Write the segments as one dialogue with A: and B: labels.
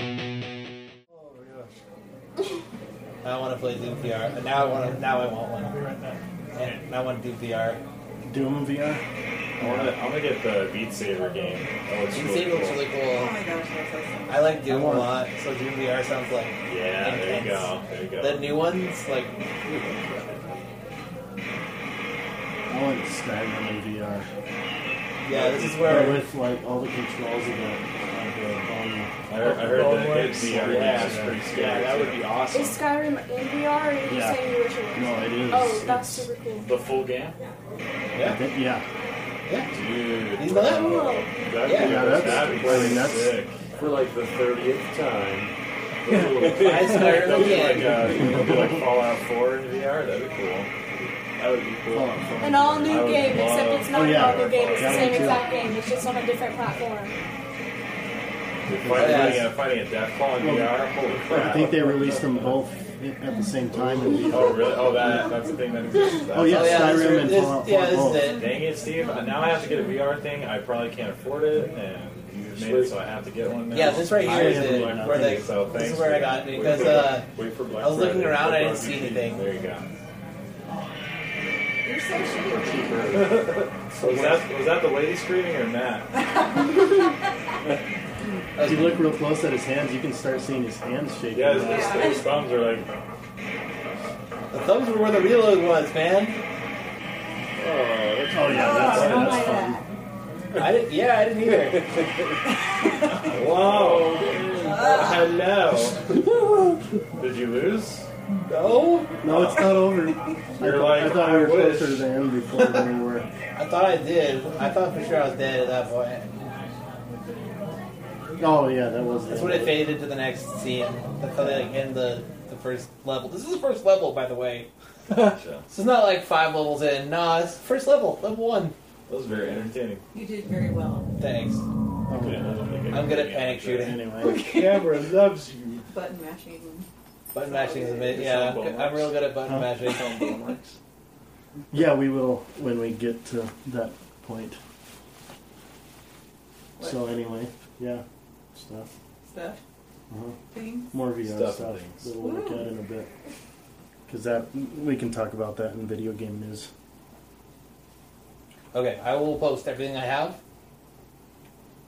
A: Oh, yes.
B: I don't want to play Doom VR. But now I want to. Now I want
A: I'll be
B: one.
A: right back.
B: And I want Doom VR.
A: Doom VR.
C: I want to. I want to get the Beat Saber game. That looks
B: Doom
C: really
B: Saber
C: cool.
B: looks really
D: Oh
B: cool.
D: my gosh, that's awesome.
B: I like Doom a
A: I want-
B: lot, so Doom VR sounds like
C: Yeah, there you go. There you go.
B: the new ones. Like
A: I like Stagnum in VR.
B: yeah, this is
A: Or
B: where
A: with like all the controls of the, of the um,
C: I heard, I heard
A: Bone
C: that
A: Works.
C: it's the VR
B: Yeah.
C: is pretty scary.
B: yeah, that would be awesome.
E: Is Skyrim in VR or are you
A: Yeah.
E: saying you wish it was?
A: No, it is.
E: Oh,
A: It's-
E: that's super cool.
C: the full game.
A: I
B: Yeah,
A: think- yeah.
B: yeah.
C: Dude,
B: He's not-
E: Cool.
C: That'd
B: Yeah,
C: be,
A: that's-
C: that'd be
A: I mean, that's-
C: sick. For like the thirtieth time.
B: I swear
C: That'd be
B: again.
C: like, uh, it'd be like Fallout 4 in VR. That'd be cool. That would be cool.
A: Fallout 4.
E: An all new
C: I would
E: game, except
C: love-
E: it's not
A: Oh, yeah.
E: an all new game. It's
A: Yeah, me
E: the same
A: too.
E: exact game. It's just on a different platform.
C: Fighting,
B: Yes.
C: fighting, a, fighting a death claw in VR. Holy crap!
A: I think they released them both at the same time in VR.
C: Oh really? Oh that that's the thing that exists. That's
A: Oh, yeah.
B: Oh yeah,
A: Skyrim
B: this,
A: and
B: this,
A: Fallout
B: yeah, this
A: Fallout.
B: is it.
C: Dang it, Steve! Uh, Now I have to get a VR thing. I probably can't afford it, and you made it, so I have to get one now.
B: Yeah, this right here is
C: I
B: it.
C: am reluctant,
B: Where they,
C: so thanks
B: this is where I
C: for-
B: got it
C: wait
B: because
C: for-
B: uh,
C: wait for Black
B: I was looking
C: Friday.
B: around, I didn't
C: Black
B: see
C: Friday.
B: anything.
C: There you go.
D: You're so shitty.
C: Was that was that the lady screaming or Matt?
A: If you look real close at his hands, you can start seeing his hands shaking.
C: Yeah, his, his, his thumbs are like.
B: the thumbs were where the reload was, man.
C: Oh, that's
A: Oh yeah, that's,
D: Oh,
A: that's
D: my
A: fun.
D: God.
B: I didn't. Yeah, I didn't either.
C: Whoa! Hello! Did you lose?
B: No,
A: No, it's not over. I thought-
C: You're like,
A: I thought we
C: I
A: were
C: wish.
A: closer to the end before than we were.
B: I thought I did. I thought for sure I was dead at that point.
A: Oh yeah, that was.
B: That's when it faded to the next scene. That's how they like end the the first level. This is the first level, by the way.
C: Gotcha.
B: This is not like five levels in. Nah, it's first level, level one.
C: That was very entertaining.
D: You did very well.
B: Thanks.
A: Oh,
B: I'm good at panic shooting.
A: anyway,
C: Camera loves you.
D: Button mashing.
B: Button mashing is a bit. Yeah, I'm, good- I'm real good at button mashing.
A: yeah, we will when we get to that point. So anyway, yeah, stuff.
D: Stuff.
A: Uh-huh.
D: Thing.
A: More VR
C: Stuff
A: stuff,
C: and things.
A: that we'll look at in a bit. Because that we can talk about that in video game news.
B: Okay, I will post everything I have.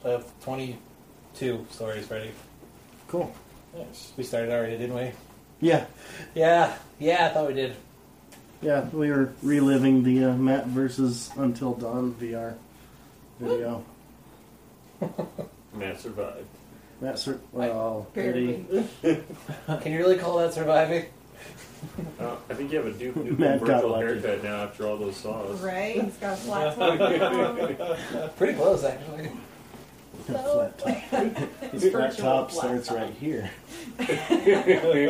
B: Uh, Of 22 stories, ready.
A: Cool.
C: Nice.
B: We started already, didn't we?
A: Yeah,
B: Yeah, yeah, I thought we did.
A: yeah, we were reliving the uh, Matt versus Until Dawn VR video.
C: Matt survived.
A: Matt, sur- well, pretty.
D: Barely.
B: Can you really call that surviving?
C: Uh, I think you have a Duke
A: Matt got
C: virtual
A: lucky.
C: haircut now after all those saws.
D: Right? He's got a flat top now.
B: Pretty close, actually.
A: flat top. His flat
D: Virtual
A: top
D: flat
A: starts
D: top.
A: right here.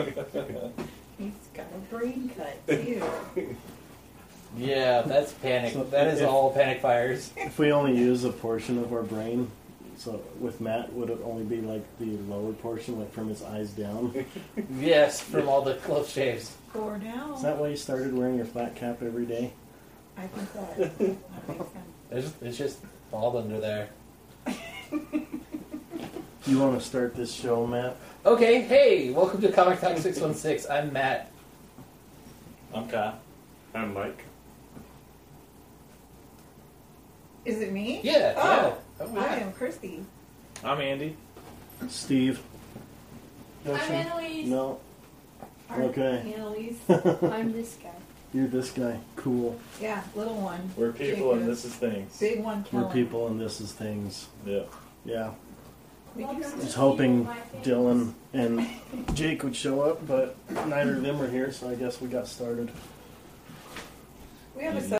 D: He's got a brain cut, too.
B: Yeah, that's panic.
A: So
B: that is
A: if-
B: all panic fires.
A: If we only use a portion of our brain, so with Matt, would it only be like the lower portion, like from his eyes down?
B: Yes, from all the close shaves.
D: For
A: Is
D: now,
A: that why you started wearing your flat cap every day?
D: I think that, that makes sense.
B: There's, it's just bald under there.
A: You want to start this show, Matt?
B: Okay, hey, welcome to Comic Talk 616. I'm Matt.
C: I'm Kyle. I'm Mike.
D: Is it me?
B: Yeah,
D: Oh,
B: yeah. Oh,
D: I
B: yeah.
D: am Christy.
C: I'm Andy.
A: Steve?
E: I'm Annalise.
A: No,
D: Our
A: Okay.
D: Annalise.
E: I'm this guy.
A: you're this guy. Cool.
D: Yeah, little one.
C: We're people and
D: Jacob.
C: this is things.
D: Big one,
A: We're
D: Kellen.
A: people and this is things.
C: Yeah.
A: Yeah.
D: We keep saying-
A: Just hoping Dylan and Jake would show up, but neither of them are here, so I guess we got started.
D: We have a